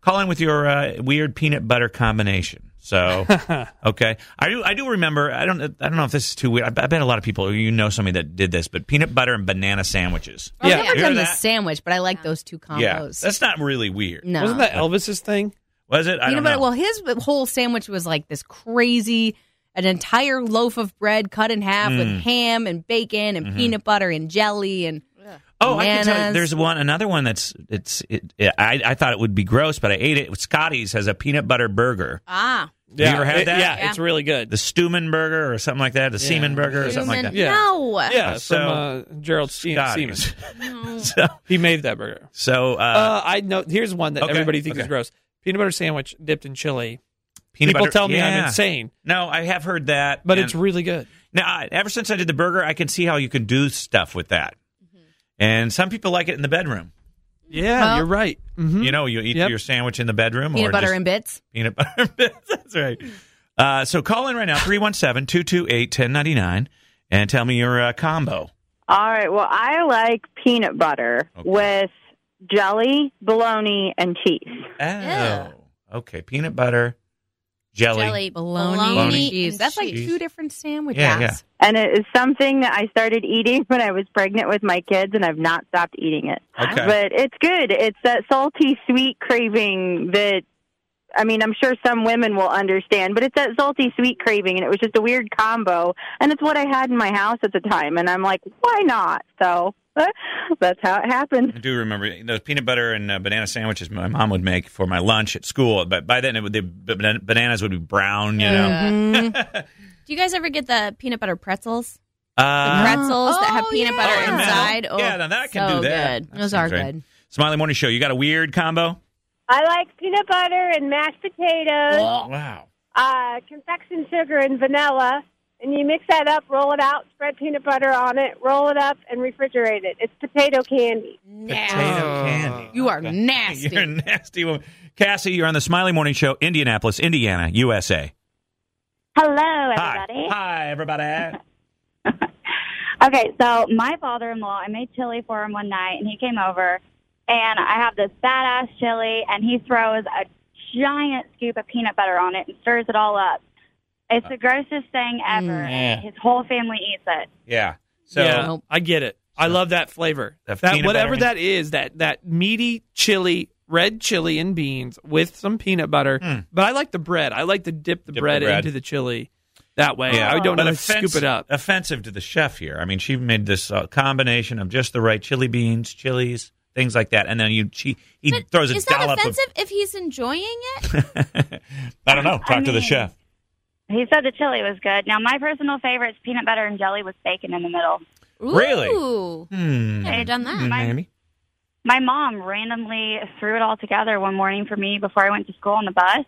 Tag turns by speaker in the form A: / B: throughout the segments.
A: Call in with your uh, weird peanut butter combination. So okay, I do. I do remember. I don't. I don't know if this is too weird. I, I bet a lot of people. You know somebody that did this, but peanut butter and banana sandwiches.
B: Oh,
C: Yeah.
B: yeah.
A: Hear
B: I've done the
A: that?
B: sandwich, but I like those two combos.
A: Yeah, that's not really weird,
B: no.
C: Wasn't that Elvis's thing?
A: was it? I
B: peanut
A: don't
B: butter.
A: know.
B: Well, his whole sandwich was like this crazy, an entire loaf of bread cut in half
A: Mm.
B: with ham and bacon
A: Mm-hmm.
B: and peanut butter and jelly and
A: Oh, I can tell you.
B: bananas.
A: There's one, another one that's it's. It, it, I I thought it would be gross, but I ate it. Scotty's has a peanut butter burger,
B: ah.
A: you ever had
C: it-
A: that?
C: Yeah,
B: Yeah.
C: it's really good.
A: the Stumen burger or something like that, the Seaman burger or something like
B: Human-
A: that.
C: Yeah.
B: No.
C: yeah,
A: so-
C: from uh, Gerald Se- Seaman.
A: Scotty's. so
C: He made that burger.
A: so uh,
C: Uh, I know. Here's one that
A: okay,
C: everybody thinks
A: okay.
C: is gross: peanut butter sandwich dipped in chili.
A: peanut
C: People
A: butter-
C: tell me I'm
A: yeah.
C: insane,
A: No, I have heard that,
C: but
A: and-
C: it's really good.
A: Now, I- ever since I did the burger, I can see how you can do stuff with that. And some people like it in the bedroom.
C: Yeah,
B: Well-
C: you're right. hmm
A: You know, you eat
C: Yep.
A: your sandwich in the bedroom or
B: Peanut butter
A: just
B: and bits.
A: peanut butter and bits. That's right. Uh, so call in right now, 317 228 1099, and tell me your uh, combo.
D: All right. Well, I like peanut butter
A: Okay.
D: with jelly, bologna, and cheese.
A: Oh. Okay. Peanut butter, jelly.
E: Jelly,
B: Bologna,
A: Bologna
B: and cheese.
E: and
B: That's like
A: cheese.
B: two different sandwiches.
A: Yeah, yeah.
D: And it is something that I started eating when I was pregnant with my kids, and I've not stopped eating it.
A: Okay.
D: But it's good. It's that salty, sweet craving that, I mean, I'm sure some women will understand, but it's that salty, sweet craving, and it was just a weird combo. And it's what I had in my house at the time, and I'm like, why not? So that's how it happened.
A: I do remember those peanut butter and uh, banana sandwiches my mom would make for my lunch at school. But by then, it would, the ban- bananas would be brown, you know.
E: Yeah.
B: Mhm.
E: Do you guys ever get the peanut butter pretzels? The
A: Uh,
E: pretzels that have
B: Oh,
E: peanut
B: yeah.
E: butter
A: Oh, in the middle?
E: inside. Oh,
A: Yeah, now that can
E: so
A: do that.
E: good.
A: That
B: Those are
A: sounds right.
B: good.
A: Smiley Morning Show. You got a weird combo?
F: I like peanut butter and mashed potatoes,
C: Oh.
A: Wow.
F: uh, confection sugar and vanilla, and you mix that up, roll it out, spread peanut butter on it, roll it up, and refrigerate it. It's potato candy.
C: Oh.
A: Potato candy.
B: You are nasty.
A: You're a nasty woman. Cassie, you're on the Smiley Morning Show, Indianapolis, Indiana, USA.
G: Hello,
A: Hi.
G: everybody.
A: Hi, everybody.
G: Okay, so my father in law, I made chili for him one night, and he came over, and I have this badass chili, and he throws a giant scoop of peanut butter on it and stirs it all up. It's the grossest thing ever. and His whole family eats it.
A: yeah. So,
C: yeah,
B: Nope.
C: I get it. I love that flavor.
A: That
C: That
A: peanut
C: whatever
A: butter.
C: that is, that that meaty chili, red chili and beans with some peanut butter. But I like the bread. I like to dip the,
A: Hmm. Dip the
C: bread,
A: bread.
C: into the chili. That way,
E: Oh.
C: I don't
A: but
C: know.
A: offense-
C: Scoop it up.
A: Offensive to the chef here. I mean, she made this uh, combination of just the right chili beans, chilies, things like that, and then you she he
E: But
A: throws a
E: is that
A: dollop
E: offensive if he's enjoying it?
A: of. I don't know. Talk to the
G: mean-
A: chef.
G: He said the chili was good. Now, my personal favorite is peanut butter and jelly with bacon in the middle.
A: Really?
E: Ooh.
A: Hmm.
E: Never done
B: Ah,
E: that.
G: My-
A: Maybe.
G: My mom randomly threw it all together one morning for me before I went to school on the bus.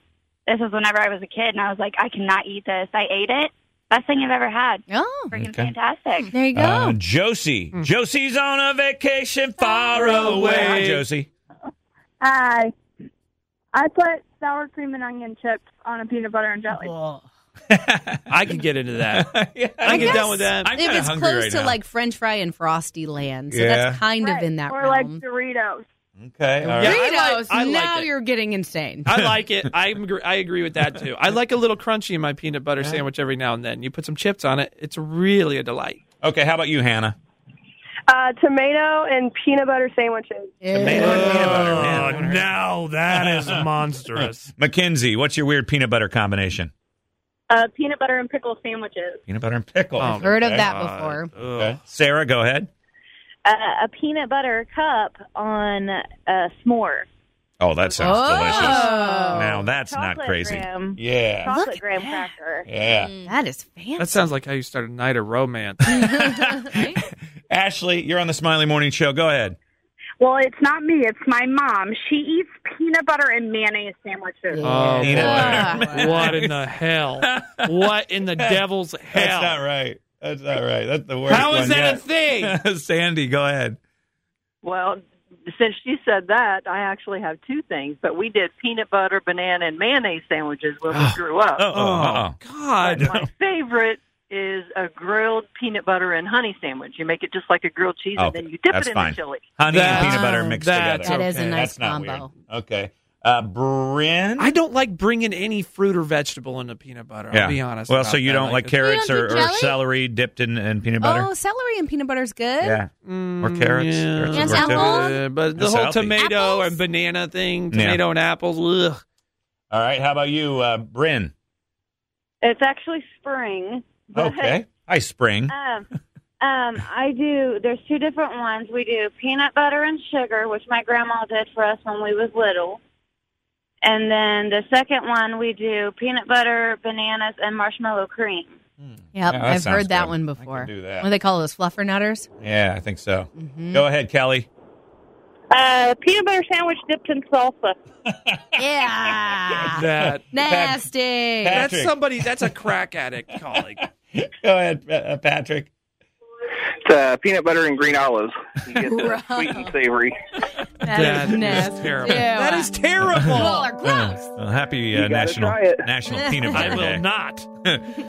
G: This was whenever I was a kid, and I was like, I cannot eat this. I ate it. Best thing I've ever had.
B: Oh,
G: Freaking
A: Okay.
G: fantastic.
B: there you go. Mm.
A: Uh, Josie. Josie's on a vacation far away. Hi, Josie.
F: I I put sour cream and onion chips on a peanut butter and jelly.
C: I could get into that.
A: Yeah,
C: I can get
B: guess
C: down with that.
A: I'm
B: if
A: kinda
B: it's
A: hungry
B: close
A: right
B: to
A: now.
B: like French fry and frosty land, so
A: Yeah.
B: that's kind of in that
F: or like
B: realm.
F: Doritos.
A: Okay. all
C: Yeah,
A: right.
C: I like-
B: Doritos,
C: I like
B: now
C: it.
B: you're getting insane.
C: I like it. I agree, I agree with that too. I like a little crunchy in my peanut butter sandwich every now and then. You put some chips on it. It's really a delight.
A: Okay. How about you, Hannah?
F: Uh, tomato and peanut butter sandwiches.
C: now that is monstrous.
A: Mackenzie, what's your weird peanut butter combination?
F: Uh, peanut butter and pickle sandwiches.
A: Peanut butter and pickle.
C: Oh,
B: Heard of
A: Okay.
B: that before.
A: Okay. Sarah, go ahead.
H: uh, a peanut butter cup on a s'more.
A: Oh, that sounds delicious.
B: Oh,
A: Now that's not
H: Chocolate
A: crazy.
H: graham.
A: Yeah.
H: Chocolate
B: Look
H: graham
B: at that. Mm.
H: cracker.
A: Yeah.
B: that is fancy.
C: That sounds like how you start a night of romance.
A: Ashley, you're on the Smiley Morning Show. Go ahead.
F: Well, it's not me. It's my mom. She eats peanut butter and mayonnaise sandwiches.
C: Oh,
A: Peanut
B: boy.
A: butter.
C: what in the hell? What in the devil's hell?
A: That's not right. That's not right. That's the worst.
C: How is
A: one
C: that a
A: yet.
C: thing?
A: Sandy, go ahead.
I: Well, since she said that, I actually have two things. But we did peanut butter, banana, and mayonnaise sandwiches when we grew up.
A: Oh, oh,
C: God.
I: My favorite is a grilled peanut butter and honey sandwich. You make it just like a grilled cheese,
A: Okay,
I: and then you dip
A: Oh, that's
I: it in
A: fine.
I: the chili.
A: honey and
C: That's-
A: peanut butter mixed
C: that's
A: together.
B: That is a
C: okay.
B: nice
A: That's not
B: combo.
A: weird. Okay. Uh, Bryn?
C: I don't like bringing any fruit or vegetable into peanut butter. I'll be honest.
A: Well,
C: about
A: so you
C: that.
A: don't like carrots
B: You don't
A: or,
B: do
A: or
B: jelly?
A: celery dipped in, in peanut butter?
B: Oh, celery and peanut butter is good.
A: yeah. Or
C: Mm,
A: carrots.
C: yeah.
A: Carrots
J: Yes,
A: would work too.
J: apple.
C: Uh, but the
A: That's
C: whole
A: healthy.
C: tomato
J: Apples?
C: and banana thing,
A: Yeah.
C: tomato and apples. Ugh.
A: All right. How about you, uh, Bryn?
G: It's actually spring. but,
A: Okay. Hi, Spring.
G: Um, um, I do. There's two different ones. We do peanut butter and sugar, which my grandma did for us when we was little. And then the second one we do peanut butter, bananas, and marshmallow cream.
B: Yep,
A: Yeah, that
B: I've
A: sounds
B: heard that
A: good.
B: one
A: I can
B: before.
A: do that.
B: What do they call those fluffer nutters?
A: Yeah, I think so.
B: Mhm.
A: Go ahead, Kelly.
G: Uh, peanut butter sandwich dipped in salsa.
B: Yeah.
C: That
B: Nasty.
A: Pat-
C: that's somebody. That's a crack addict colleague.
A: Go ahead, Pa- uh, Patrick.
K: It's uh, peanut butter and green olives. You get the
B: Gross.
K: sweet and savory.
B: that
C: That
B: is
C: is
B: nasty.
C: terrible.
B: Ew.
C: That is terrible.
B: Y'all are gross.
A: Uh, well, happy uh,
K: You gotta
A: National
K: try it.
A: National Peanut
C: I
A: Butter
C: will
A: Day.
C: not.